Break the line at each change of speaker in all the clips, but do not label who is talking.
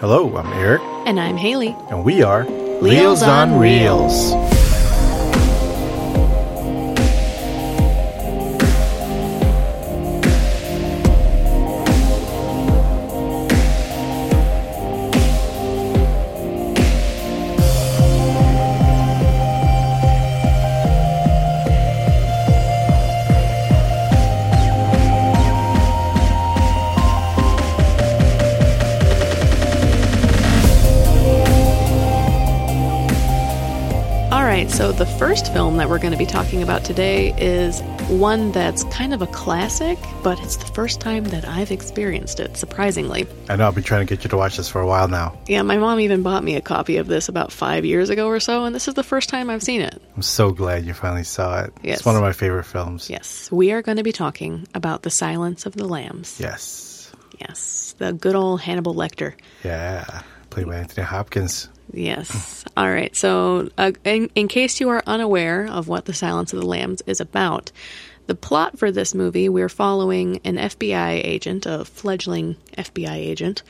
Hello, I'm Eric,
And I'm Haley.
and we are
Reels on Reels. All right, so the first film that we're going to be talking about today is one that's kind of a classic, but it's the first time that I've experienced it, surprisingly.
I know I've been trying to get you to watch this for a while now.
Yeah, my mom even bought me a copy of this about five years ago or so, and this is the first time I've seen it.
I'm so glad you finally saw it.
Yes.
It's one of my favorite films.
Yes, we are going to be talking about The Silence of the Lambs.
Yes.
Yes, the good old Hannibal Lecter.
Yeah. Played by Anthony Hopkins.
Yes. All right. So, uh, in, in case you are unaware of what The Silence of the Lambs is about, the plot for this movie we're following an FBI agent, a fledgling FBI agent,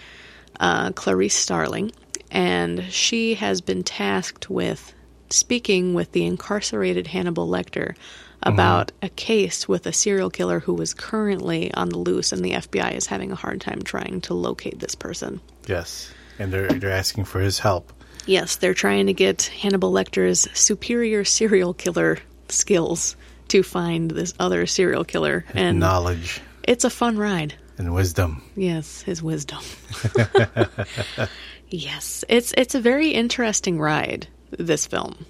uh, Clarice Starling, and she has been tasked with speaking with the incarcerated Hannibal Lecter about a case with a serial killer who is currently on the loose, and the FBI is having a hard time trying to locate this person.
Yes. And they're, they're asking for his help.
Yes, they're trying to get Hannibal Lecter's superior serial killer skills to find this other serial killer. And
Knowledge
it's a fun ride.
and wisdom.
Yes, his wisdom. yes, it's it's a very interesting ride this film.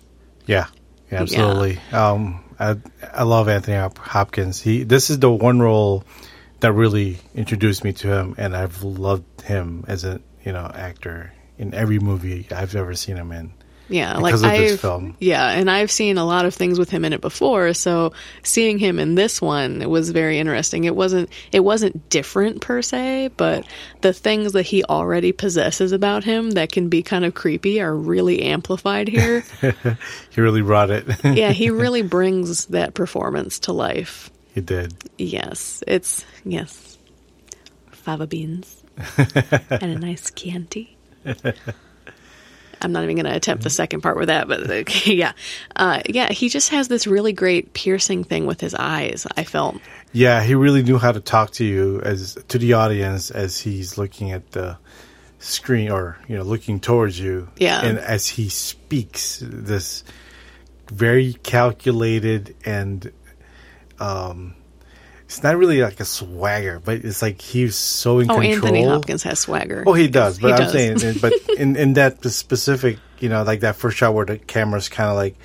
Yeah, yeah absolutely. Um, I I love Anthony Hop- Hopkins. He this is the one role that really introduced me to him, and I've loved him as a you know actor in every movie I've ever seen him in.
Yeah,
Because
like
of this
I've-
film.
Yeah, and I've seen a lot of things with him in it before, so seeing him in this one it was very interesting. It wasn't it wasn't different per se, but the things that he already possesses about him that can be kind of creepy are really amplified here.
He really brought it.
yeah, he really brings that performance to life.
he did.
Yes, it's yes. Fava beans and a nice Chianti. I'm not even going to attempt the second part with that, but okay, yeah, uh, yeah. He just has this really great piercing thing with his eyes. I felt
Yeah, he really knew how to talk to you as to the audience as he's looking at the screen or you know looking towards you.
Yeah.
and as he speaks, this very calculated and um, it's not really like a swagger, but it's like he's so in
oh,
control.
Anthony Hopkins has swagger.
Oh, he does, but
He
I'm
does.
saying, but in in that specific, you know, like that first shot where the camera's kind of like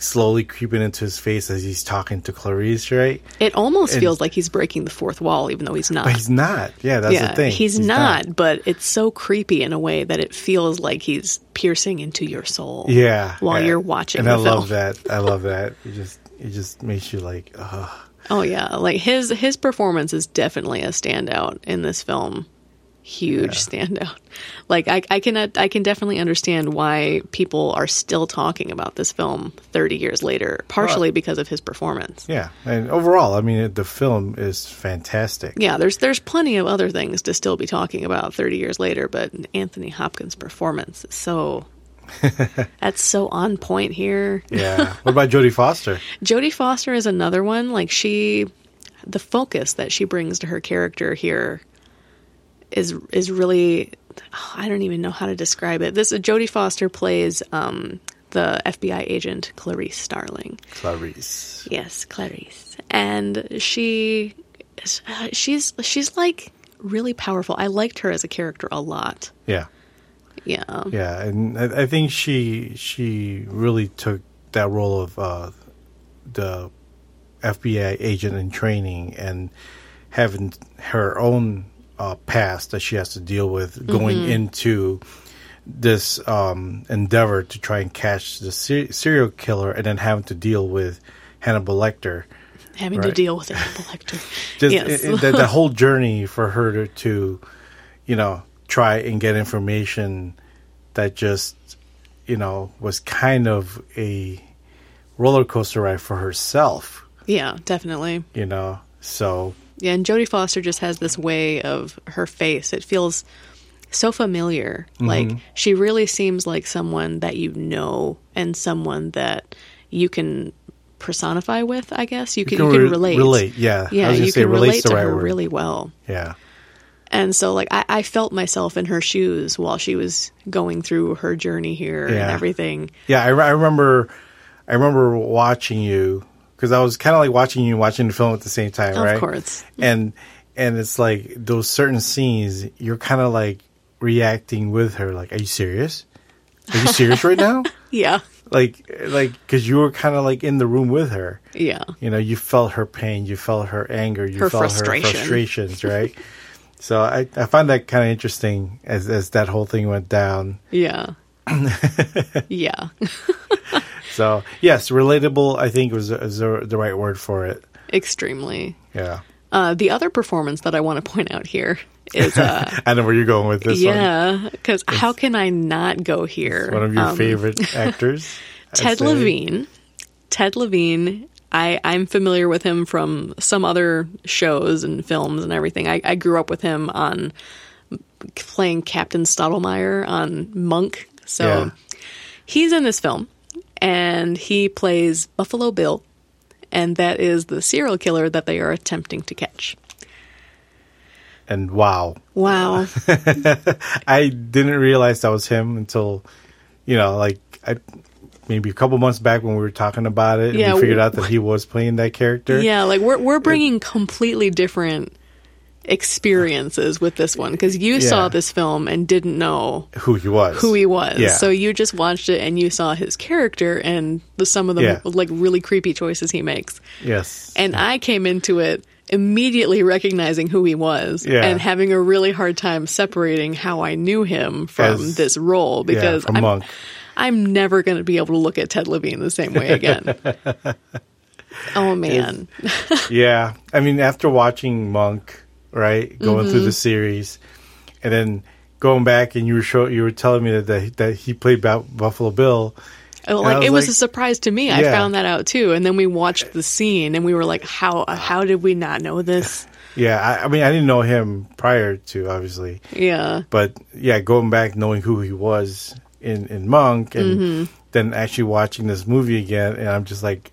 slowly creeping into his face as he's talking to Clarice, right?
it almost
and-
feels like he's breaking the fourth wall, even though he's not.
But he's not. Yeah, that's
yeah,
the thing.
he's, not, But it's so creepy in a way that it feels like he's piercing into your soul.
Yeah.
while
yeah.
you're watching
And I
the film.
love that. I love that. It just it just makes you like, uh, ugh.
Oh yeah, like his his performance is definitely a standout in this film. Huge standout. Like I, I can I can definitely understand why people are still talking about this film 30 years later, partially because of his performance. Yeah.
Yeah. And overall, I mean, the film is fantastic.
there's there's plenty of other things to still be talking about 30 years later, but Anthony Hopkins' performance is so that's so on point here.
Yeah. what about Jodie Foster?
Jodie Foster is another one. Like she, the focus that she brings to her character here is is really. oh, I don't even know how to describe it. This Jodie Foster plays um, the FBI agent Clarice Starling.
Clarice.
Yes, Clarice, and she she's she's like really powerful. I liked her as a character a lot.
Yeah.
Yeah.
Yeah. And I, I think she she really took that role of uh, the FBI agent in training and having her own uh, past that she has to deal with going into this um, endeavor to try and catch the ser- serial killer and then having to deal with Hannibal Lecter.
having to
Right.
deal with Hannibal Lecter.
Just
yes,
i- i- that, that whole journey for her to, to, you know, try and get information that just, you know, was kind of a roller coaster ride for herself,
yeah, definitely.
you know. So
Yeah, and Jodie Foster just has this way of her face. It feels so familiar.
Mm-hmm.
Like she really seems like someone that you know and someone that you can personify with. I guess you can you can,
re-
relate.
relate, yeah. I
Yeah,
was gonna
you
say
can
relate's
relate
the
to
right
her
word.
really well.
Yeah.
And so, like, I, I felt myself in her shoes while she was going through her journey here and
Yeah.
everything.
Yeah, I, re- I remember, I remember watching you because I was kind of like watching you and watching the film at the same time,
Of
right?
course.
And and it's like those certain scenes, you're kind of like reacting with her. Like, are you serious? Are you serious right now?
Yeah.
Like, like because you were kind of like in the room with her.
Yeah.
You know, you felt her pain, you felt her anger, you
Her
felt
frustration.
her frustrations, right? so I I find that kind of interesting as as that whole thing went down.
Yeah. yeah.
So yes, relatable. I think was is the the right word for it.
Extremely.
Yeah,
Uh, the other performance that I want to point out here is, uh,
I know where you're going with this one.
yeah, because how can I not go here?
One of your
Um,
favorite actors, I'd
Ted
say.
Levine. Ted Levine. I, I'm familiar with him from some other shows and films and everything. I, I grew up with him on playing Captain Stottlemyre on Monk. So
Yeah.
he's in this film and he plays Buffalo Bill, and that is the serial killer that they are attempting to catch.
and wow,
Wow.
I didn't realize that was him until you know, like I maybe a couple months back when we were talking about it,
Yeah,
and we figured
w-
out that he was playing that character.
Yeah, like we're we're bringing completely different experiences with this one because you
Yeah.
saw this film and didn't know
who he was,
who he was.
Yeah.
So you just watched it and you saw his character and the some of the
Yeah.
like really creepy choices he makes.
yes,
And I came into it immediately recognizing who he was
Yeah.
and having a really hard time separating how I knew him from
As-
this role
yeah,
because
from
I'm,
Monk.
I'm never going to be able to look at Ted Levine the same way again. oh man.
yeah i mean after watching monk right going through
Mm-hmm.
the series and then going back and you were show, you were telling me that that, that he played Ba- buffalo bill
Oh,
I
like
was
it was
like-
a surprise to me. I
Yeah.
found that out too, and then we watched the scene, and we were like, "How? How did we not know this?"
yeah I, I mean i didn't know him prior to obviously
Yeah,
but yeah going back knowing who he was in in monk and
Mm-hmm.
then actually watching this movie again and i'm just like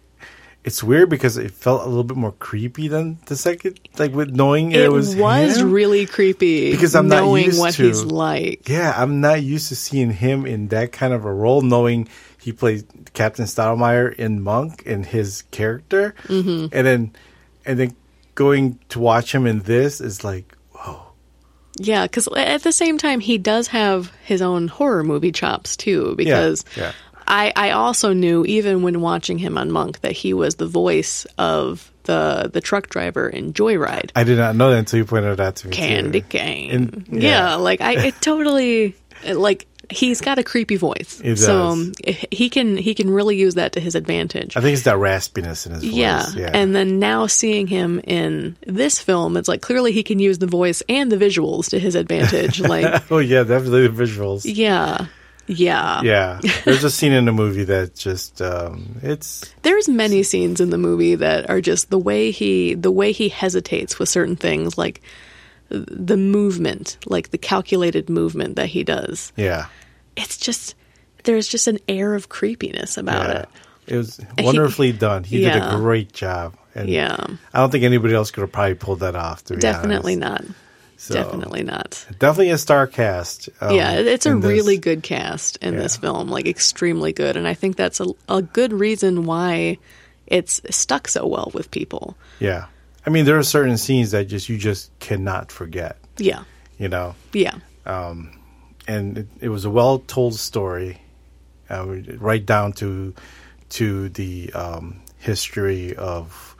it's weird because it felt a little bit more creepy than the second like with knowing it,
it,
was
was,
him.
really creepy
Because I'm not
knowing
used
what
to-
he's like.
Yeah, I'm not used to seeing him in that kind of a role, knowing he played Captain Stottlemyre in Monk and his character, mm-hmm. and then and then going to watch him in this is like,
Yeah, because at the same time, he does have his own horror movie chops too. Because
yeah.
I, I also knew even when watching him on Monk that he was the voice of the the truck driver in Joyride.
I did not know that until you pointed it out to me. too.
candy cane.
And-
yeah.
yeah.
like I it totally like he's got a creepy voice.
He
So
does.
um, he can he can really use that to his advantage.
I think it's that raspiness in his voice.
yeah. And then now seeing him in this film, it's like clearly he can use the voice and the visuals to his advantage. like
oh yeah, definitely the visuals.
yeah. Yeah.
Yeah, there's a scene in the movie that just um, it's
There's many scenes in the movie that are just the way he the way he hesitates with certain things like the movement, like the calculated movement that he does.
yeah,
it's just there's just an air of creepiness about
yeah.
it.
It was wonderfully done. He did
Yeah.
a great job. And
Yeah.
I don't think anybody else could have probably pulled that off. To be
Definitely
honest.
not.
So,
Definitely not.
definitely a star cast. um,
yeah, it- it's a
in this.
really good cast in this
Yeah.
film, like extremely good, and I think that's a, a good reason why it's stuck so well with people.
Yeah, I mean, there are certain scenes that just you just cannot forget.
Yeah,
You know,
yeah,
and it, it was a well told story, uh, right down to to the um, history of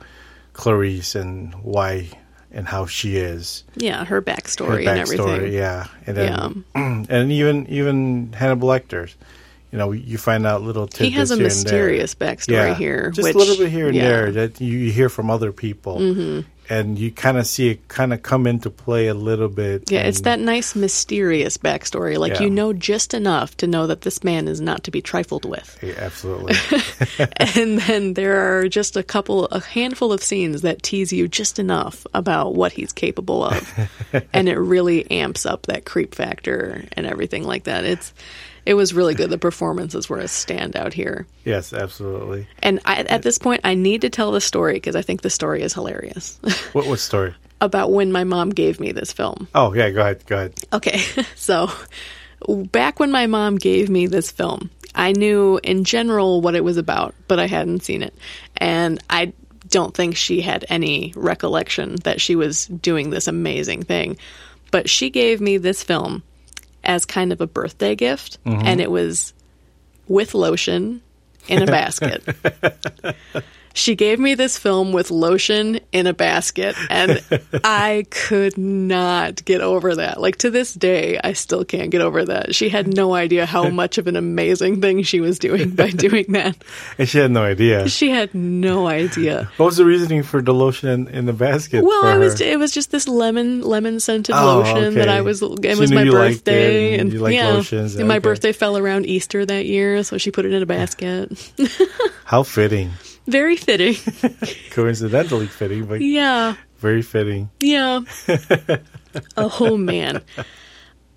Clarice and why and how she is.
yeah. Her backstory,
her
and everything.
Yeah, and then, and even even Hannibal Lecter, you know, you find out little tidbits
He has a
here and there.
mysterious backstory here,
just
which,
a little bit here and
yeah. Mm-hmm.
there that you you hear from other people, and you kind of see it kind of come into play a little bit.
Yeah, it's
and-
that nice mysterious backstory. Like
Yeah.
you know just enough to know that this man is not to be trifled with.
Yeah, absolutely.
and then there are just a couple a handful of scenes that tease you just enough about what he's capable of. and it really amps up that creep factor and everything like that. It's it was really good. The performances were a standout here.
yes, absolutely.
And I, at this point, I need to tell the story because I think the story is hilarious
What what story?
about when my mom gave me this film.
Oh yeah, go ahead, go ahead.
Okay, so back when my mom gave me this film, I knew in general what it was about, but I hadn't seen it. And I don't think she had any recollection that she was doing this amazing thing. But she gave me this film as kind of a birthday gift, and it was with lotion in a basket. she gave me this film with lotion in a basket, and I could not get over that. Like to this day, I still can't get over that. She had no idea how much of an amazing thing she was doing by doing that.
And she had no idea.
She had no idea.
What was the reasoning for the lotion in, in the basket?
Well,
for
I was
her?
it was just this lemon lemon scented
Oh,
lotion that
okay.
I was it
She
was
knew
my
you liked it
birthday
and you like
yeah,
lotions,
and my
okay.
birthday fell around Easter that year, so she put it in a basket.
How fitting.
Very fitting.
Coincidentally fitting, but
Yeah.
very fitting.
Yeah. oh man.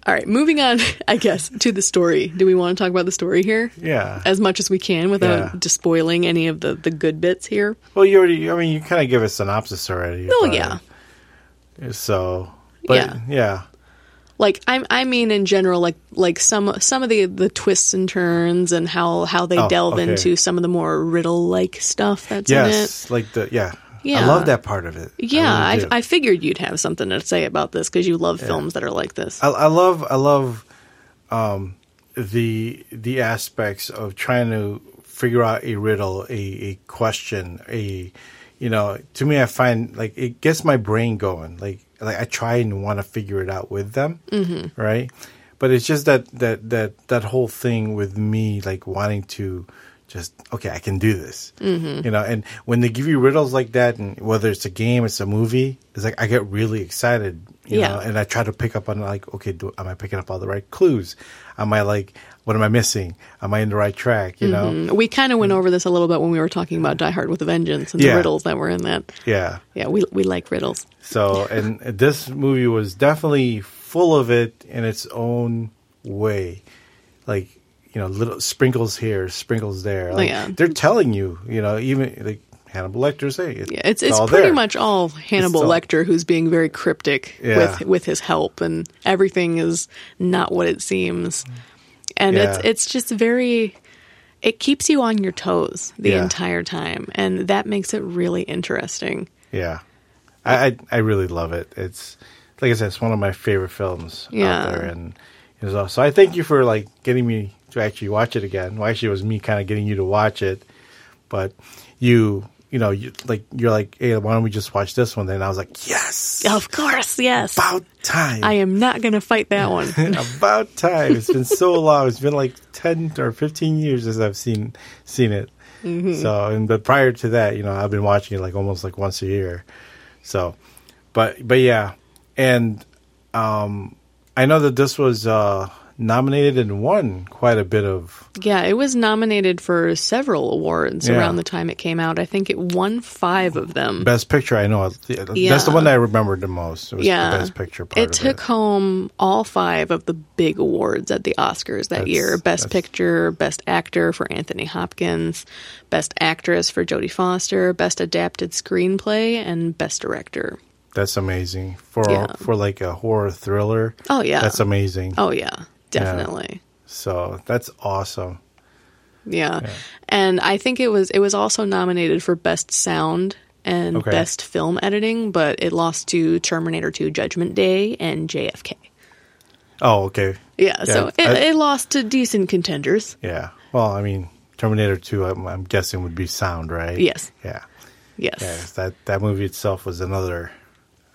All right, moving on, I guess, to the story. Do we want to talk about the story here?
Yeah.
As much as we can without
Yeah.
despoiling any of the, the good bits here.
well, you already. I mean, you kind of give a synopsis already.
Oh,
about
yeah.
it. So, but
Yeah.
yeah, yeah,
like I, I mean in general like like some some of the the twists and turns and how how they
Oh,
delve
okay.
into some of the more riddle like stuff that's
yes, like the yeah.
Yeah.
I love that part of it.
in it yeah
I,
I,
really do.
I, figured you'd have something to say about this because you love films that are like this
I, I love I love um, the the aspects of trying to figure out a riddle, a, a question, a you know. To me, I find like it gets my brain going. Like like I try and want to figure it out with them, mm-hmm. right? But it's just that that that that whole thing with me like wanting to just okay, I can do this, mm-hmm. you know. And when they give you riddles like that, and whether it's a game, it's a movie, it's like I get really excited, you
Yeah.
know. And I try to pick up on like, okay, do, am I picking up all the right clues? Am I like, what am I missing? Am I in the right track? You know,
we kind of went over this a little bit when we were talking about Die Hard with a Vengeance and the
Yeah.
riddles that were in that
yeah.
yeah we we like riddles
So, and this movie was definitely full of it in its own way, like you know, little sprinkles here, sprinkles there. Like,
yeah.
they're telling you, you know, even like Hannibal Lecter say, it,
yeah it's it's pretty much all Hannibal
all-
Lecter who's being very cryptic
Yeah.
with with his help and everything is not what it seems. And it's
Yeah.
it's just very it keeps you on your toes the
Yeah.
entire time and that makes it really interesting.
Yeah, I, I I really love it. It's like I said, it's one of my favorite films
Yeah.
out there, and it's all- so I thank you for like getting me to actually watch it again. Well, actually, it was me kind of getting you to watch it, but you you know you like you're like, hey, why don't we just watch this one? Then I was like, yes,
Of course, yes.
about time.
I am not going to fight that one.
about time. It's been so long. It's been like ten or fifteen years since I've seen seen it.
Mm-hmm.
So, and but prior to that, you know, I've been watching it like almost like once a year. So, but but yeah, and um, I know that this was uh, nominated and won quite a bit of.
yeah, it was nominated for several awards
Yeah.
around the time it came out. I think it won 5 of them.
Best Picture, I know. That's
Yeah.
the one that I remembered the most. It was
yeah,
the Best Picture part.
It
of
took home all five of the big awards at the Oscars that
That's-
year: Best
that's-
Picture, Best Actor for Anthony Hopkins, Best Actress for Jodie Foster, Best Adapted Screenplay, and Best Director.
That's amazing for
Yeah.
for like a horror thriller.
Oh yeah,
That's amazing.
oh yeah, definitely.
So that's awesome.
Yeah. and I think it was it was also nominated for Best Sound. And
Okay.
best film editing, but it lost to Terminator 2 Judgment Day and JFK.
Oh, okay.
Yeah, so it,
I-
it lost to decent contenders.
Yeah. Well, I mean, Terminator 2, I'm, I'm guessing would be sound, right?
Yes.
Yeah.
Yes.
Yeah. 'cause That that movie itself was another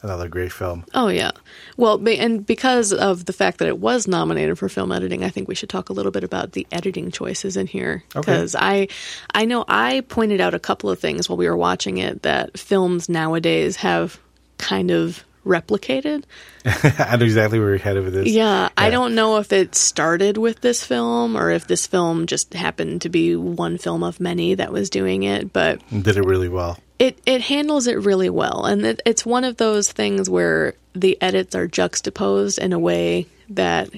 another great film.
Oh yeah. Well, be- and because of the fact that it was nominated for film editing, I think we should talk a little bit about the editing choices in here
Okay.
because I I know I pointed out a couple of things while we were watching it that films nowadays have kind of replicated.
I know exactly where you're headed with this.
Yeah, I don't know if it started with this film or if this film just happened to be one film of many that was doing it, but
Did it really well.
it it handles it really well and it, it's one of those things where the edits are juxtaposed in a way that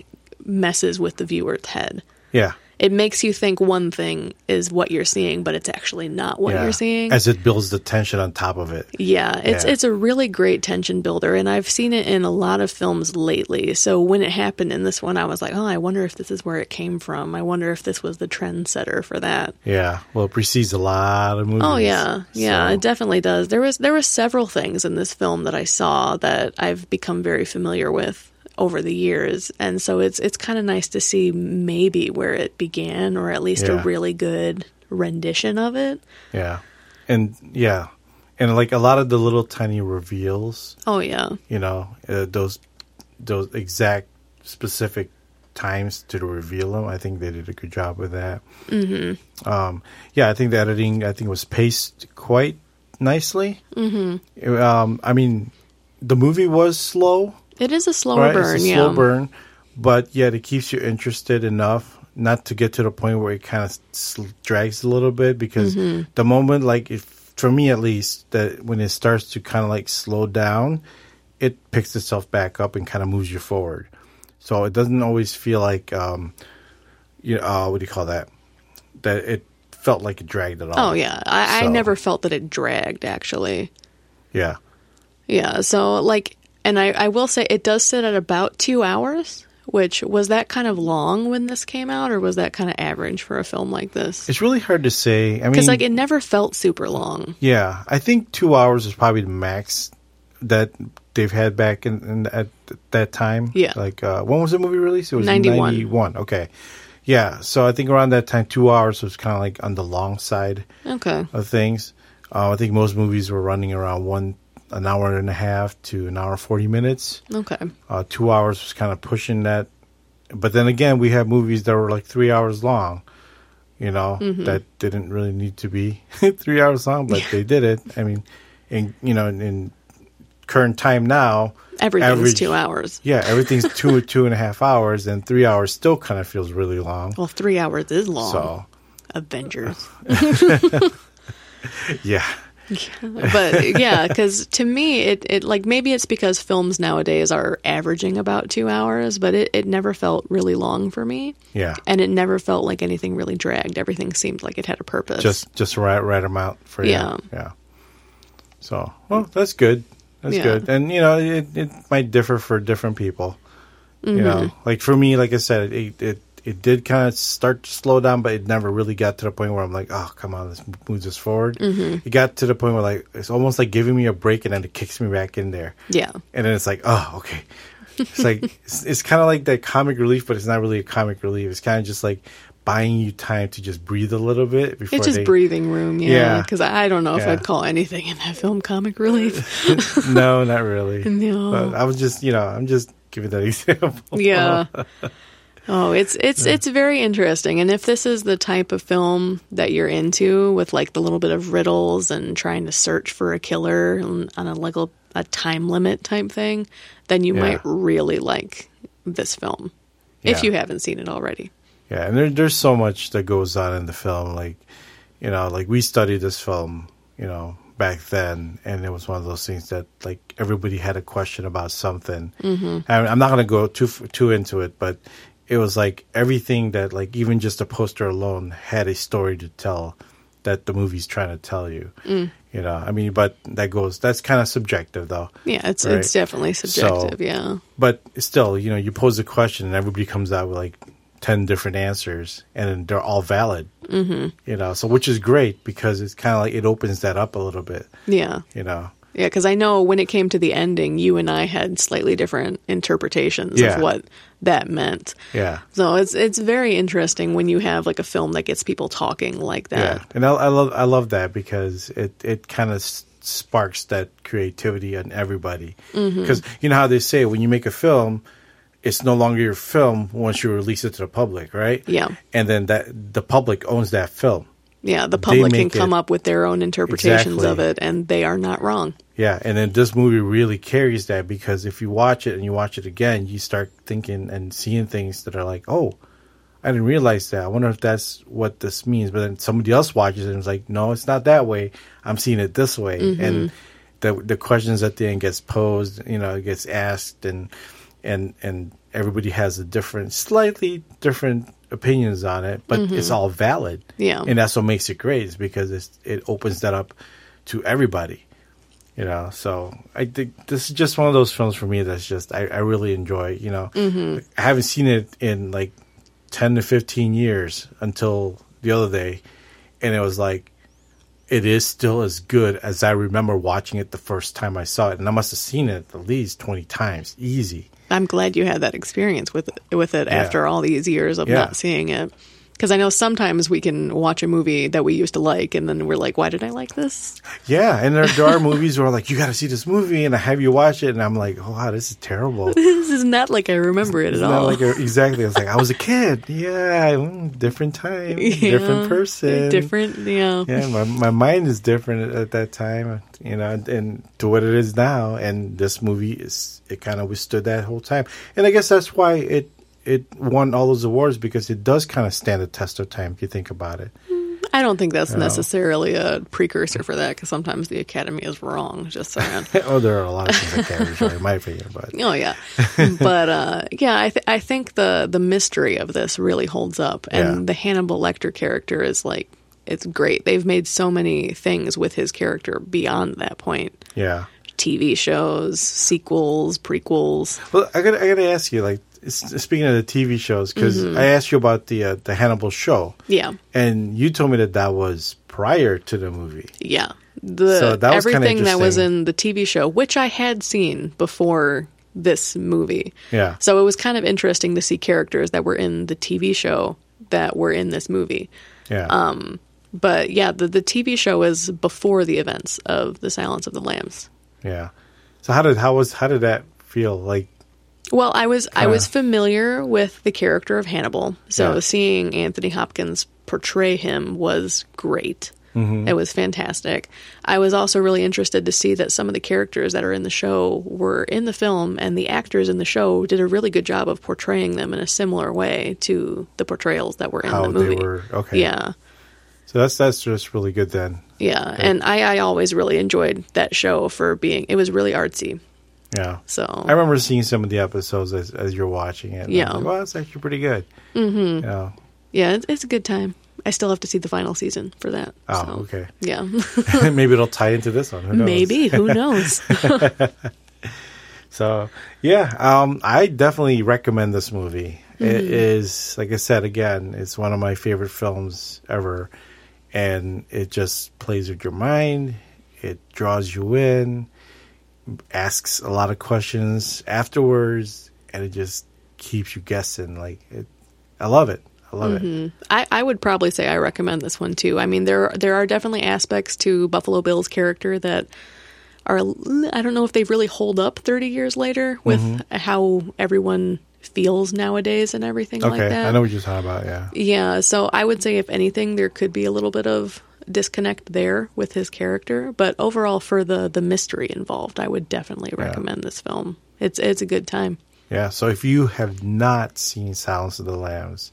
messes with the viewer's head
Yeah.
it makes you think one thing is what you're seeing but it's actually not what
yeah.
you're seeing
As it builds the tension on top of it.
yeah it's
Yeah.
it's a really great tension builder and i've seen it in a lot of films lately so when it happened in this one i was like oh i wonder if this is where it came from i wonder if this was the trendsetter for that
Yeah. Well, it precedes a lot of movies.
Oh yeah, yeah,
Mm, So-
it definitely does. There was there were several things in this film that I saw that I've become very familiar with over the years, and so it's it's kind of nice to see maybe where it began, or at least a
Yeah.
really good rendition of it.
Yeah. And yeah. And like a lot of the little tiny reveals,
Oh yeah,
you know, uh, those those exact specific times to reveal them, I think they did a good job with that. Mm-hmm. Um, yeah, I think the editing, I think, was paced quite nicely. Mm-hmm. Um, I mean, the movie was slow,
it is a slower
right?
burn.
it's a
yeah,
slow burn, but yet it keeps you interested enough not to get to the point where it kind of s drags a little bit because
Mm-hmm.
the moment, like if for me at least, that when it starts to kind of like slow down, it picks itself back up and kind of moves you forward. So it doesn't always feel like, um, you uh, what do you call that? That it felt like it dragged it on.
Oh yeah, I, I
So-
never felt that it dragged actually.
yeah,
Yeah, so like, and I, I will say it does sit at about two hours. Which was that kind of long when this came out, or was that kind of average for a film like this?
it's really hard to say. I mean,
because like it never felt super long.
Yeah, I think two hours is probably the max that they've had back in, in at that time.
Yeah.
like uh, when was the movie released? It was
91.
ninety one. Okay, yeah. So I think around that time, two hours was kind of like on the long side
Okay.
of things. Uh, I think most movies were running around one an hour and a half to an hour forty minutes.
Okay.
Uh, two hours was kind of pushing that, but then again, we have movies that were like three hours long. You know
Mm-hmm.
that didn't really need to be three hours long, but they did it. I mean, in you know in, in current time now,
Everything's
Average.
two hours.
yeah, everything's two two and a half hours, and three hours still kind of feels really long.
Well, three hours is long.
So
Avengers.
yeah,
but yeah, because to me, it, it like maybe it's because films nowadays are averaging about two hours, but it, it never felt really long for me.
yeah,
And it never felt like anything really dragged. Everything seemed like it had a purpose.
just just right right amount for you.
Yeah.
yeah. So well, that's good. That's
Yeah.
good, and you know it it might differ for different people.
Mm-hmm.
You know, like for me, like I said, it it it did kind of start to slow down, but it never really got to the point where I'm like, oh come on, let's move this forward.
Mm-hmm.
It got to the point where like it's almost like giving me a break, and then it kicks me back in there,
yeah.
and then it's like, oh okay. It's like it's, it's kind of like that comic relief, but it's not really a comic relief. It's kind of just like buying you time to just breathe a little bit before
It's just
they,
breathing room, yeah.
Yeah.
Because I don't know if
Yeah.
I'd call anything in that film comic relief.
no, not really.
No.
But I was just, you know, I'm just giving that example.
yeah oh it's it's it's very interesting and if this is the type of film that you're into with like the little bit of riddles and trying to search for a killer on on a like a- a time limit type thing then you
Yeah.
might really like this film
Yeah.
if you haven't seen it already
Yeah, and there, there's so much that goes on in the film. Like, you know, like we studied this film, you know, back then, and it was one of those things that like everybody had a question about something. Mm-hmm. I, I'm not going to go too f- too into it, but it was like everything that like even just the poster alone had a story to tell that the movie's trying to tell you. You know, I mean, but that goes that's kind of subjective though.
yeah it's it's
Right.
definitely subjective yeah
but still, you know, you pose a question and everybody comes out with like 10 different answers and they're all valid, mm-hmm. you know, so which is great because it's kind of like it opens that up a little bit,
yeah
you know.
yeah because i know when it came to the ending you and i had slightly different interpretations
Yeah.
of what that meant
Yeah.
So it's it's very interesting when you have like a film that gets people talking like
Yeah.
that.
And I, I love I love that because it, it kind of s- sparks that creativity on everybody. Because you know how they say when you make a film, it's no longer your film once you release it to the public, right?
Yeah.
And then that the public owns that film.
Yeah. Yeah, the public can
make
come
it-
up with their own interpretations of
Exactly.
it, and they are not wrong.
Yeah, and then this movie really carries that because if you watch it and you watch it again, you start thinking and seeing things that are like, "Oh, I didn't realize that. I wonder if that's what this means." But then somebody else watches it and is like, "No, it's not that way. I'm seeing it this way." And the the questions at the end gets posed, you know, it gets asked, and and and everybody has a different, slightly different opinions on it, but it's all valid.
Yeah.
and that's what makes it great is because it's, it opens that up to everybody you know so i think this is just one of those films for me that's just i, I really enjoy you know
Mm-hmm.
i haven't seen it in like 10 to 15 years until the other day and it was like it is still as good as i remember watching it the first time i saw it and i must have seen it at least 20 times easy
I'm glad you had that experience with with it after all these years of
Yeah.
not seeing it. Because I know sometimes we can watch a movie that we used to like, and then we're like, "Why did I like this?"
yeah and there, there are movies where like you gotta see this movie and i have you watch it and i'm like oh wow this is terrible
This is not like I remember it at
It's not
all.
like a, exactly. It's like I was a kid. Yeah, mm, different time,
Yeah,
different person,
different, yeah.
Yeah, my my mind is different at that time, you know, and, and to what it is now. And this movie is it kind of withstood that whole time. And I guess that's why it it won all those awards because it does kind of stand the test of time if you think about it.
I don't think that's necessarily a precursor for that, because sometimes the Academy is wrong. Just saying.
oh, there are a lot of things I can't enjoy, in my opinion, but
Oh yeah, but uh, yeah, I th- I think the the mystery of this really holds up, and
Yeah.
the Hannibal Lecter character is like it's great. They've made so many things with his character beyond that point:
yeah.
TV shows, sequels, prequels.
Well, I gotta, I gotta ask you, like, s- speaking of the TV shows, because I asked you about the uh, the Hannibal show.
Yeah,
And you told me that that was prior to the movie.
yeah. The
So that was kinda
everything that was
interesting.
in the TV show, which I had seen before this movie.
Yeah.
So it was kind of interesting to see characters that were in the TV show that were in this movie.
Yeah.
But yeah, the, the TV show is before the events of The Silence of the Lambs.
yeah. So how did how was how did that feel? Like
Well, I was I
Kinda.
was familiar with the character of Hannibal, so
Yeah.
seeing Anthony Hopkins portray him was great.
Mm-hmm.
It was fantastic. I was also really interested to see that some of the characters that are in the show were in the film, and the actors in the show did a really good job of portraying them in a similar way to the portrayals that were in
How
the
they
movie.
were- okay.
Yeah.
so that's that's just really good then.
Yeah, and I, I always really enjoyed that show for being it was really artsy.
Yeah.
So
I remember seeing some of the episodes as, as you're watching it. and I was
Yeah.
Like, well, that's actually pretty good. Mm-hmm. You know?
yeah, it's, it's a good time. I still have to see the final season for that.
Oh,
so,
okay.
Yeah,
Maybe it'll tie into this one. Who knows?
maybe who knows?
So yeah, um, I definitely recommend this movie. It
Mm-hmm.
is, like I said again, it's one of my favorite films ever, and it just plays with your mind. It draws you in, asks a lot of questions afterwards, and it just keeps you guessing. Like it, I love it. I love
Mm-hmm.
it.
I, I would probably say I recommend this one too. I mean, there there are definitely aspects to Buffalo Bill's character that are l- I don't know if they really hold up 30 years later with
Mm-hmm.
how everyone feels nowadays and everything
Okay,
like that.
I know what you're talking about. Yeah,
Yeah, so I would say if anything, there could be a little bit of disconnect there with his character, but overall, for the the mystery involved, I would definitely recommend this film. It's it's a good time.
yeah. So if you have not seen Silence of the Lambs,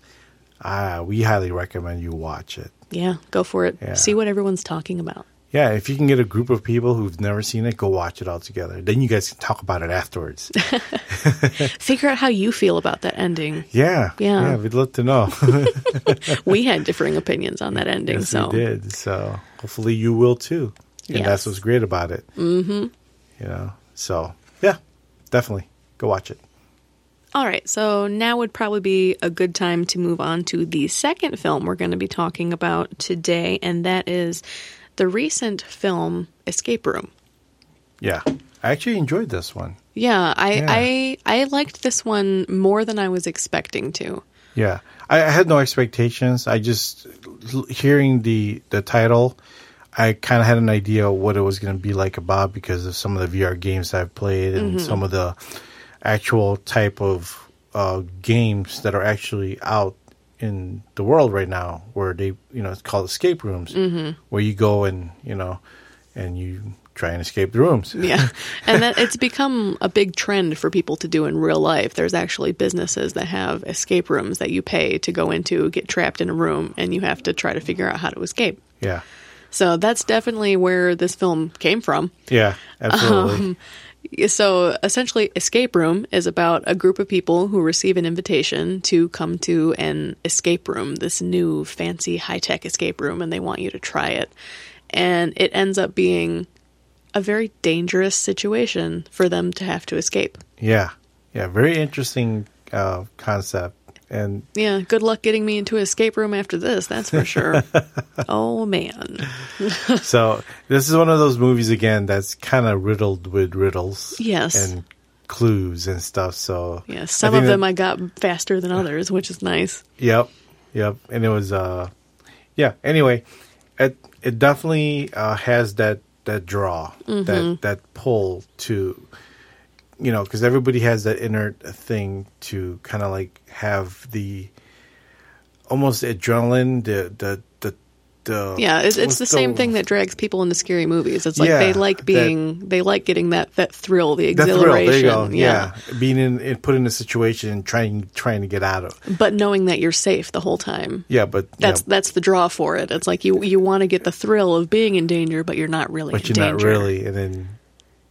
ah, we highly recommend you watch it.
Yeah, go for it.
Yeah.
See what everyone's talking about.
Yeah, if you can get a group of people who've never seen it, go watch it all together. Then you guys can talk about it afterwards.
Figure out how you feel about that ending.
Yeah.
Yeah.
we'd love to know.
We had differing opinions on that ending,
yes,
so
we did. So hopefully you will too. And
Yes.
that's what's great about it. Mm-hmm. You know? So, yeah, definitely. Go watch it.
All right, so now would probably be a good time to move on to the second film we're going to be talking about today, and that is the recent film Escape Room.
Yeah. I actually enjoyed this one.
Yeah, I,
Yeah.
I I liked this one more than I was expecting to.
Yeah, I, I had no expectations. I just l- hearing the the title, I kind of had an idea what it was going to be like about because of some of the VR games I've played and some of the actual type of uh, games that are actually out in the world right now where they you know it's called escape rooms where you go and you know and you try and escape the rooms
Yeah. And that it's become a big trend for people to do in real life. There's actually businesses that have escape rooms that you pay to go into, get trapped in a room, and you have to try to figure out how to escape.
yeah
So that's definitely where this film came from.
yeah absolutely
So essentially, Escape Room is about a group of people who receive an invitation to come to an escape room, this new fancy high tech escape room, and they want you to try it. And it ends up being a very dangerous situation for them to have to escape.
yeah yeah very interesting uh, concept and
Yeah, good luck getting me into an escape room after this, that's for sure. oh, man.
so this is one of those movies again that's kind of riddled with riddles
Yes.
and clues and stuff so
Yeah,
I
some
think
of
that-
them I got faster than others, which is nice.
Yep, yep, and it was uh, yeah. Anyway, it it definitely uh, has that that draw
Mm-hmm.
that that pull to, you know, because everybody has that inner thing to kind of like have the almost adrenaline, the the the the
Yeah, it's, it's
what's
the same thing that drags people into scary movies. It's like
Yeah,
they like being, they like getting that that thrill, the
that thrill,
exhilaration.
there you go. Yeah. being in, in put in a situation and trying trying to get out of.
but knowing that you're safe the whole time.
Yeah, but you
That's
know,
that's the draw for it. It's like you you want to get the thrill of being in danger, but you're not really.
but
in
you're
danger.
not really, and then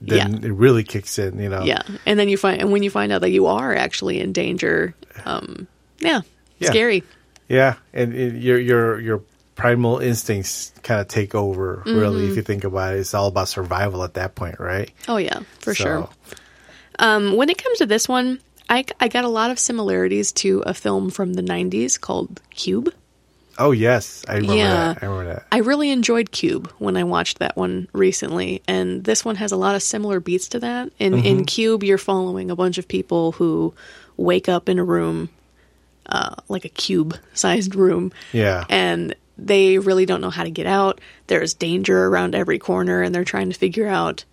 then it really kicks in. You know.
Yeah, and then you find, and when you find out that you are actually in danger, um, yeah,
Yeah.
scary.
Yeah, and it, your your your primal instincts kind of take over. Really,
Mm-hmm.
if you think about it, it's all about survival at that point, right?
Oh yeah, for
So,
sure. Um, when it comes to this one, I I got a lot of similarities to a film from the '90s called Cube.
Oh yes, I remember
Yeah.
that. I remember that.
I really enjoyed Cube when I watched that one recently, and this one has a lot of similar beats to that. In
Mm-hmm.
in Cube, you're following a bunch of people who wake up in a room, uh, like a cube-sized room,
Yeah,
and they really don't know how to get out. There's danger around every corner, and they're trying to figure out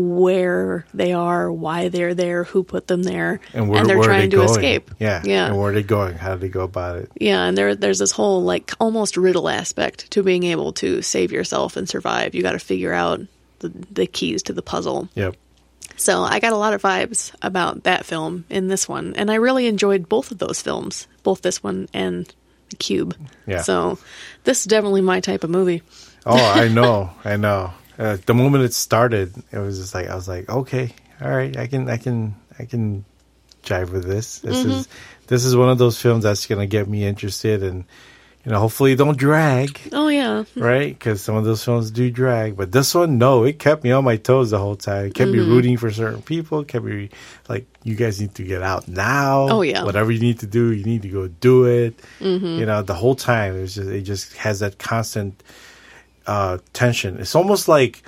where they are, why they're there, who put them there,
and where,
they're
where
trying
are they
to
going?
escape.
Yeah,
yeah.
And where are they going? How do they go about it?
Yeah, and there there's this whole like almost riddle aspect to being able to save yourself and survive. You got to figure out the, the keys to the puzzle.
Yep.
So I got a lot of vibes about that film in this one, and I really enjoyed both of those films, both this one and Cube.
Yeah.
So this is definitely my type of movie.
Oh, I know, I know. Uh, the moment it started, it was just like I was like, okay, all right, I can, I can, I can jive with this. This is this is one of those films that's gonna get me interested, and you know, hopefully, it don't drag.
Oh yeah,
right? Because some of those films do drag, but this one, no, it kept me on my toes the whole time. It kept
Mm-hmm.
me rooting for certain people. Kept me like, you guys need to get out now.
Oh, yeah. Mm-hmm.
whatever you need to do, you need to go do it. You know, the whole time it was just it just has that constant uh, tension. It's almost like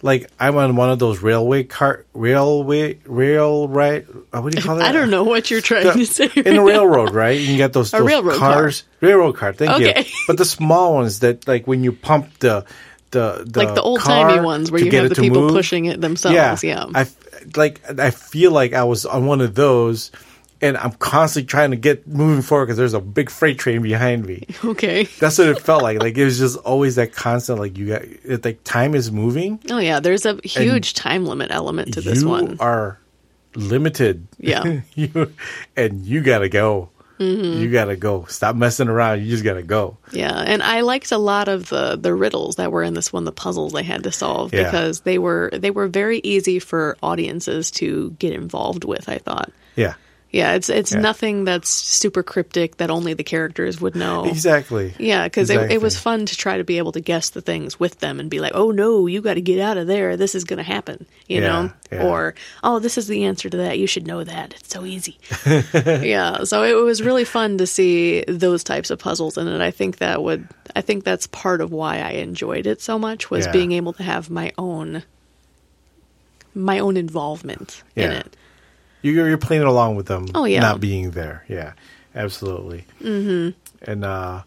like I'm on one of those railway cart railway rail right. uh, What do you call that?
I don't know what you're trying to say.
in the railroad, right? You can get those,
A
those
railroad car.
cars, railroad car. Thank
Okay.
you. But the small ones that, like, when you pump the the, the
like the old timey
car
ones where
to
you
get
have
it
the
to
people
move.
pushing it themselves. Yeah,
I f- like I feel like I was on one of those, and I'm constantly trying to get moving forward because there's a big freight train behind me.
okay.
That's what it felt like. Like it was just always that constant. Like you got, it, like time is moving.
Oh yeah, there's a huge time limit element to this
you
one.
are limited.
Yeah. Mm-hmm.
you and you gotta go. You gotta go. Stop messing around. You just gotta go.
Yeah, and I liked a lot of the the riddles that were in this one, the puzzles they had to solve
Yeah.
because they were they were very easy for audiences to get involved with, I thought.
Yeah.
Yeah, it's it's
Yeah.
nothing that's super cryptic that only the characters would know.
Exactly.
Oh. Yeah, because it,
Exactly.
it was fun to try to be able to guess the things with them and be like, oh no, you got to get out of there. This is going to happen, you
Yeah,
know?
yeah.
Or, oh, this is the answer to that. You should know that. It's so easy. yeah, so it was really fun to see those types of puzzles in it. I think that would, I think that's part of why I enjoyed it so much was
Yeah.
being able to have my own, my own involvement in
Yeah.
it.
You- You're, you're playing along with them.
Oh, yeah.
Not being there. Yeah. Absolutely. Mm-hmm. And uh,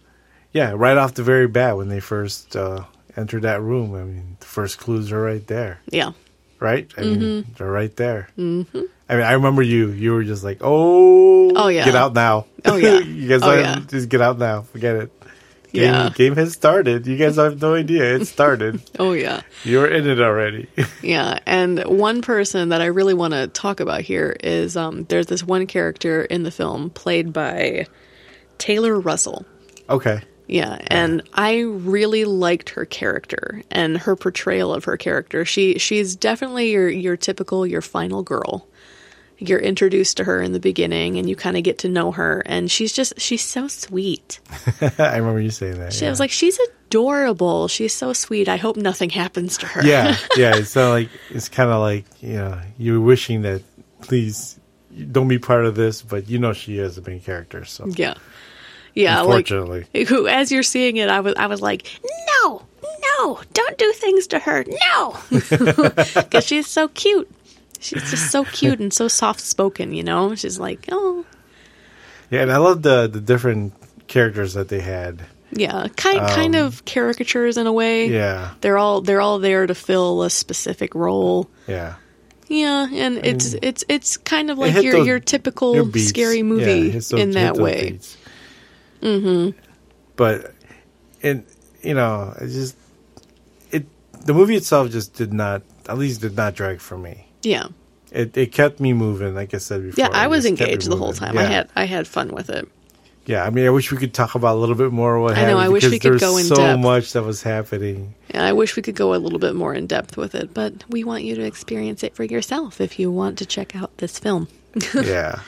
yeah, right off the very bat when they first uh, entered that room, I mean, the first clues are right there.
Yeah.
Right. I mean, they're right there. Mm-hmm. I mean, I remember you. You were just like, "Oh,
Oh, yeah.
get out now!
Oh, yeah.
you guys
Oh,
are-
yeah.
just get out now. Forget it. Game,
Yeah.
game has started. You guys have no idea it started.
Oh, yeah.
You're in it already.
Yeah, and one person that I really want to talk about here is um, there's this one character in the film played by Taylor Russell.
okay,
Yeah, and I really liked her character and her portrayal of her character. She she's definitely your your typical your final girl. You're introduced to her in the beginning and you kind of get to know her and she's just she's so sweet.
I remember you saying that.
She I was like she's adorable. She's so sweet. I hope nothing happens to her.
yeah, yeah. It's not like it's kind of like you know you're wishing that please don't be part of this, but you know she is the main character. So
Yeah. Yeah, like
unfortunately,
who as you're seeing it i was i was like no no don't do things to her no because she's so cute she's just so cute and so soft spoken you know she's like oh
yeah. And I love the the different characters that they had.
yeah kind kind of caricatures in a way
Um, Yeah,
they're all they're all there to fill a specific role
yeah.
yeah and it's it's it's kind of like
hit
your
those-
your typical
Your beats.
scary movie
Yeah, hit those-
in
hit
that
those
way Mm-hmm.
beats. But and you know, it just it the movie itself just did not at least did not drag for me.
yeah
It it kept me moving, like I said before.
yeah i
It
was
just kept me
engaged the whole
moving.
time i
Yeah.
had i had fun with it
Yeah, I mean, I wish we could talk about a little bit more what
I know,
happened.
I wish
because
we could
there's
go in
so
depth.
much that was happening.
And I wish we could go a little bit more in depth with it, but we want you to experience it for yourself if you want to check out this film.
yeah,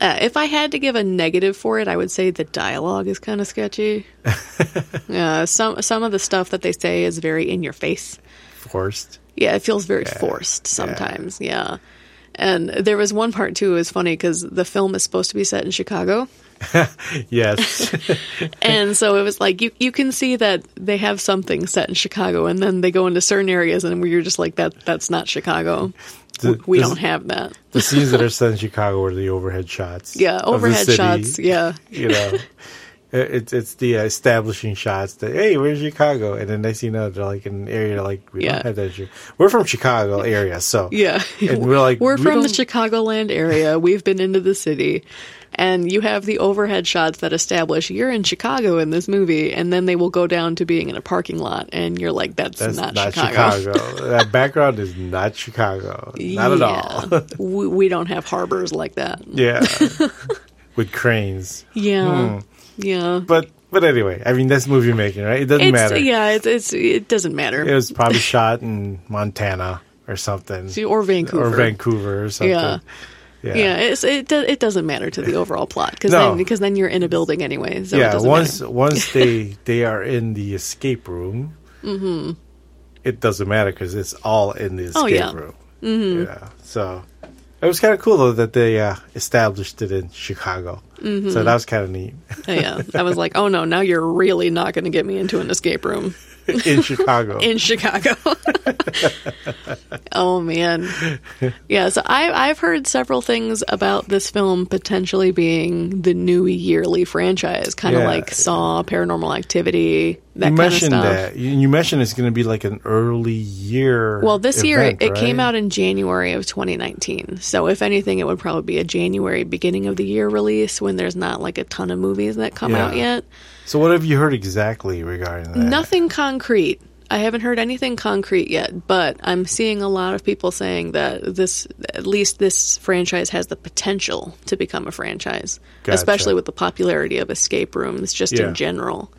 Uh, if I had to give a negative for it, I would say the dialogue is kind of sketchy. uh, some some of the stuff that they say is very in your face.
forced.
Yeah, it feels very forced sometimes. Yeah. And there was one part too. It was funny because the film is supposed to be set in Chicago,
Yes,
and so it was like you you can see that they have something set in Chicago, and then they go into certain areas, and you're just like that. That's not Chicago.
The-
we
this-
don't have that.
the scenes that are set in Chicago were the overhead shots.
Yeah,
of the
overhead
city.
shots. Yeah,
you know it- it's it's the uh, establishing shots that hey where's chicago and then next thing you know they're like in an area like we
Yeah.
don't have that shit. we're from chicago area so
yeah.
and we're like
We're
we
from the
don't-
Chicagoland area. We've been into the city, and you have the overhead shots that establish you're in Chicago in this movie, and then they will go down to being in a parking lot, and you're like, that's,
that's
not,
not,
Chicago.
chicago, that background is not chicago not at all
all. we, we don't have harbors like that.
yeah with cranes Hmm.
Yeah, yeah.
but but anyway i mean that's movie making right it doesn't
It's
matter
yeah. It's, it's it doesn't matter.
it was probably shot in montana or something
or Vancouver.
or vancouver or something
Yeah.
yeah,
Yeah, it's, it do, it doesn't matter to the overall plot because
No.
then because then you're in a building anyway. So it
yeah
doesn't
once
matter.
once they they are in the escape room it doesn't matter because it's all in the escape
Mm-hmm. Oh, yeah.
room yeah so it was kind of cool though that they uh, established it in chicago
Mm-hmm.
so that was kind of neat
yeah, I was like, oh no, now you're really not going to get me into an escape room
in chicago
in Chicago. oh man, yeah. So I I've heard several things about this film potentially being the new yearly franchise, kind of
Yeah.
like Saw, Paranormal Activity, that
you
kind of
mentioned
stuff.
that you, you mentioned it's going to be like an early year
Well, this year it,
event,
it came
right?
out in January of 2019. So, if anything, it would probably be a January beginning of the year release when there's not like a ton of movies that come out
Yeah.
yet.
so what have you heard exactly regarding that
Nothing concrete. I haven't heard anything concrete yet, but I'm seeing a lot of people saying that this, at least this franchise has the potential to become a franchise,
Gotcha.
especially with the popularity of escape rooms just
Yeah.
in general.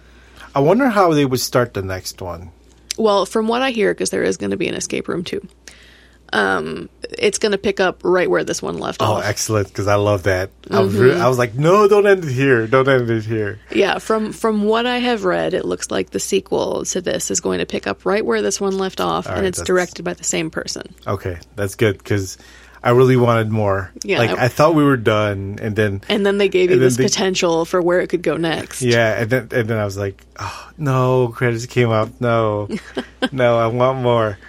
i wonder how they would start the next one
Well, from what I hear, because there is going to be an escape room too. Um, it's going to pick up right where this one left
Oh,
off.
excellent! Because I love that. I, was re- I was like, no, don't end it here. Don't end it here.
Yeah, from from what I have read, it looks like the sequel to this is going to pick up right where this one left off, and
right,
it's
that's-
directed by the same person.
Okay, that's good because I really wanted more.
Yeah,
like
I-
I, thought we were done, and then
And then they gave you
And then
this
they-
potential for where it could go next.
yeah, and then and then I was like, oh no, credits came up. No, no, I want more.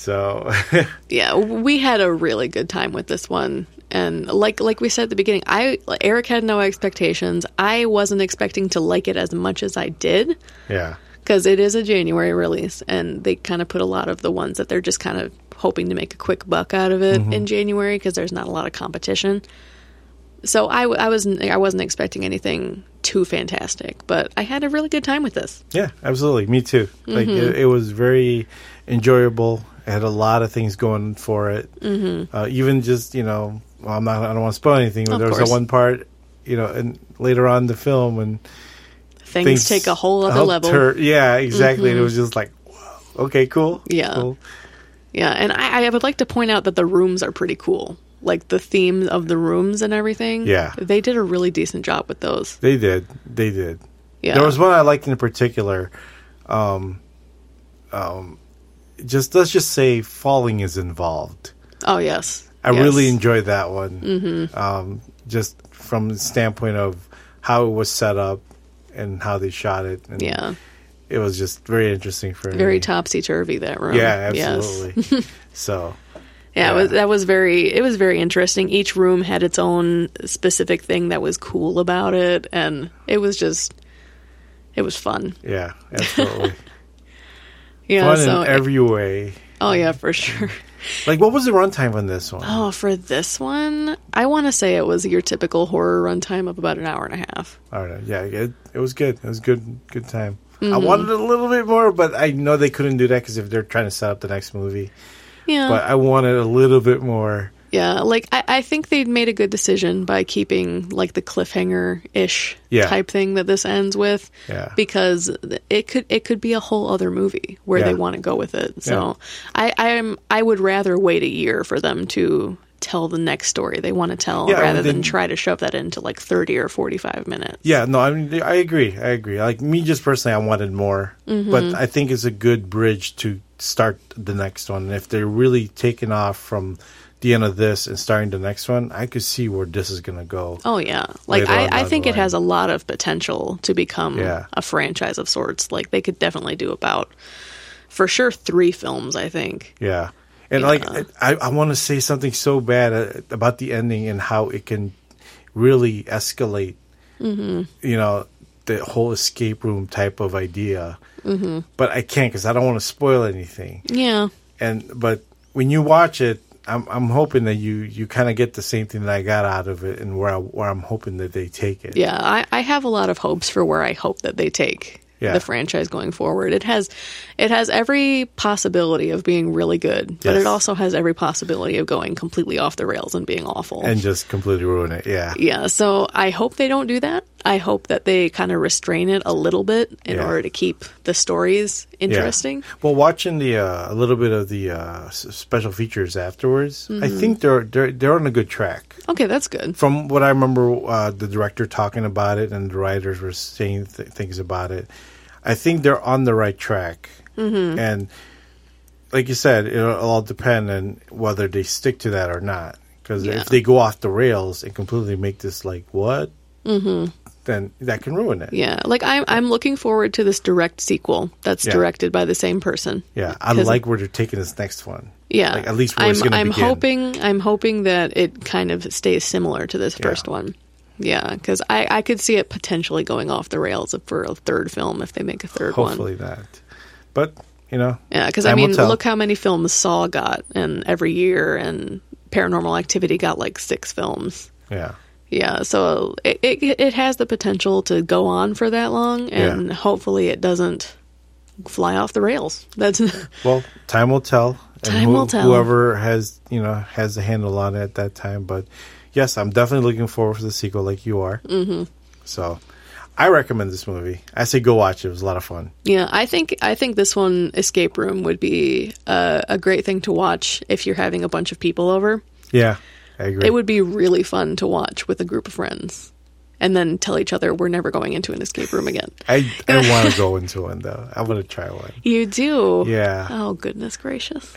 So
Yeah, we had a really good time with this one. And like like we said at the beginning, I Eric had no expectations. I wasn't expecting to like it as much as I did
yeah,
because it is a January release, and they kind of put a lot of the ones that they're just kind of hoping to make a quick buck out of it
Mm-hmm.
in January because there's not a lot of competition. So I, w- I wasn't I wasn't expecting anything too fantastic, but I had a really good time with this.
Yeah, absolutely. Me too. Like
Mm-hmm.
it, it was very enjoyable. It had a lot of things going for it. Mm-hmm. Uh, even just you know, well, I'm not. I don't want to spoil anything. But
Of
there was
course.
that one part, you know, and later on in the film when
Things, take a whole other
helped
level. Mm-hmm.
her- yeah, exactly. And it was just like, whoa, okay, cool.
Yeah.
cool.
Yeah, and I, I would like to point out that the rooms are pretty cool. Like the themes of the rooms and everything.
Yeah.
They did a really decent job with those.
They did. They did.
Yeah.
There was one I liked in particular. Um, um, just let's just say falling is involved.
oh, yes.
I
Yes.
really enjoyed that one. Mm-hmm. Um, just from the standpoint of how it was set up and how they shot it. And
Yeah.
It was just very interesting for me.
Very topsy turvy, that room.
Yeah,
Yes.
absolutely. so,
Yeah, it was,
Yeah.
that was very it was very interesting. Each room had its own specific thing that was cool about it and it was just it was fun.
yeah, absolutely.
Yeah,
Fun
so e-
in every way.
Oh yeah, for sure.
Like, what was the runtime on this one?
Oh, for this one, I want to say it was your typical horror runtime of about an hour and a half.
I don't know. Yeah, it, it was good. It was good. Good time. I
Mm-hmm.
wanted a little bit more, but I know they couldn't do that because if they're trying to set up the next movie,
Yeah.
but I wanted a little bit more.
Yeah, like I, I think they made a good decision by keeping like the cliffhanger ish
Yeah.
type thing that this ends with,
Yeah.
because it could it could be a whole other movie where they
Yeah.
want to go with it. So I I am I would rather wait a year for them to tell the next story they want to tell
Yeah, I
rather
mean,
than
they-
try to shove that into like thirty or forty five minutes.
Yeah, no, I mean, I agree. I agree. Like me, just personally, I wanted more, but I think it's a good bridge to start the next one. And if they're really taking off from the end of this and starting the next one, I could see where this is going to go.
Oh yeah, like
Later on
I, I
down the
think it
line.
has a lot of potential to become
Yeah.
a franchise of sorts. Like they could definitely do about for sure three films. I think.
Yeah. And like I, I want to say something so bad uh, about the ending and how it can really escalate. You know, the whole escape room type of idea. Mm-hmm. But I can't because I don't want to spoil anything.
Yeah.
And but when you watch it, I'm I'm hoping that you you kind of get the same thing that I got out of it and where I, where I'm hoping that they take it.
Yeah, I, I have a lot of hopes for where I hope that they take
Yeah.
the franchise going forward. It has it has every possibility of being really good, but
Yes.
it also has every possibility of going completely off the rails and being awful.
And just completely ruin it. Yeah.
yeah, so I hope they don't do that. I hope that they kind of restrain it a little bit in
Yeah.
order to keep the stories interesting.
Yeah. Well, watching the uh, a little bit of the uh, s- special features afterwards, I
Mm-hmm.
think they're they're they're on a good track.
Okay, that's good.
From what I remember, uh, the director talking about it and the writers were saying th- things about it. I think they're on the right track,
Mm-hmm.
and like you said, it'll all depend on whether they stick to that or not. Because
Yeah.
if they go off the rails and completely make this like what, mm-hmm. then that can ruin it.
Yeah, like I'm I'm looking forward to this direct sequel that's
Yeah.
directed by the same person.
Yeah, I
'Cause-
like where they're taking this next one.
Yeah,
Like, at least where it's
I'm,
gonna
I'm
begin.
hoping I'm hoping that it kind of stays similar to this first one. Yeah, because I I could see it potentially going off the rails for a third film if they make a third one.
Hopefully not. But you know,
Yeah, because I
time will
mean,
tell.
look how many films Saw got, and every year, and Paranormal Activity got like six films.
yeah,
Yeah, so it it, it has the potential to go on for that long, and
Yeah.
hopefully it doesn't fly off the rails. That's
well, time will tell. And
Time will tell.
Whoever has you know has a handle on it at that time. But yes, I'm definitely looking forward to the sequel, like you are. Mm-hmm. So, I recommend this movie. I say go watch it. It was a lot of fun.
Yeah, I think I think this one escape room would be a, a great thing to watch if you're having a bunch of people over.
Yeah, I agree.
It would be really fun to watch with a group of friends, and then tell each other we're never going into an escape room again.
I I want to go into one though. I want to try one.
You do,
Yeah.
Oh goodness gracious!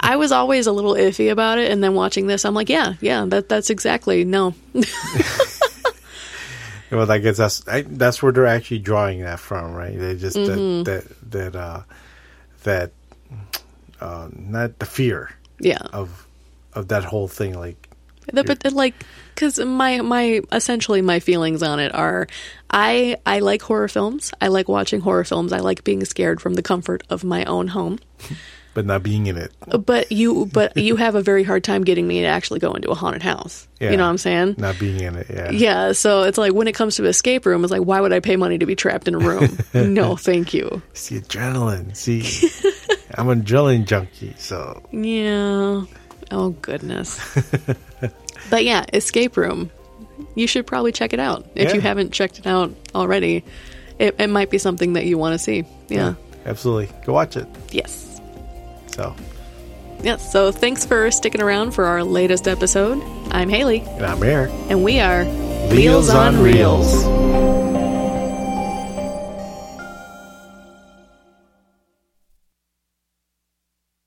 I was always a little iffy about it, and then watching this, I'm like, yeah, yeah, that that's exactly no.
Well, I guess that's I, that's where they're actually drawing that from, right? They just
Mm-hmm.
that that that uh, that uh, not the fear.
Yeah,
of of that whole thing like
The, but uh, like, because my my essentially my feelings on it are, I I like horror films. I like watching horror films. I like being scared from the comfort of my own home.
but not being in it.
But you but you have a very hard time getting me to actually go into a haunted house.
Yeah.
You know what I'm saying?
Not being in it. Yeah.
Yeah, so it's like when it comes to escape room, it's like why would I pay money to be trapped in a room? no, thank you.
It's the adrenaline. See, I'm an adrenaline junkie. So
Yeah. Oh goodness. but yeah, escape room. You should probably check it out if you
Yeah.
haven't checked it out already. It, it might be something that you want to see. Yeah.
absolutely, go watch it.
Yes.
So,
Yes. So thanks for sticking around for our latest episode. I'm Haley,
and I'm Eric.
and we are
Reels on Reels.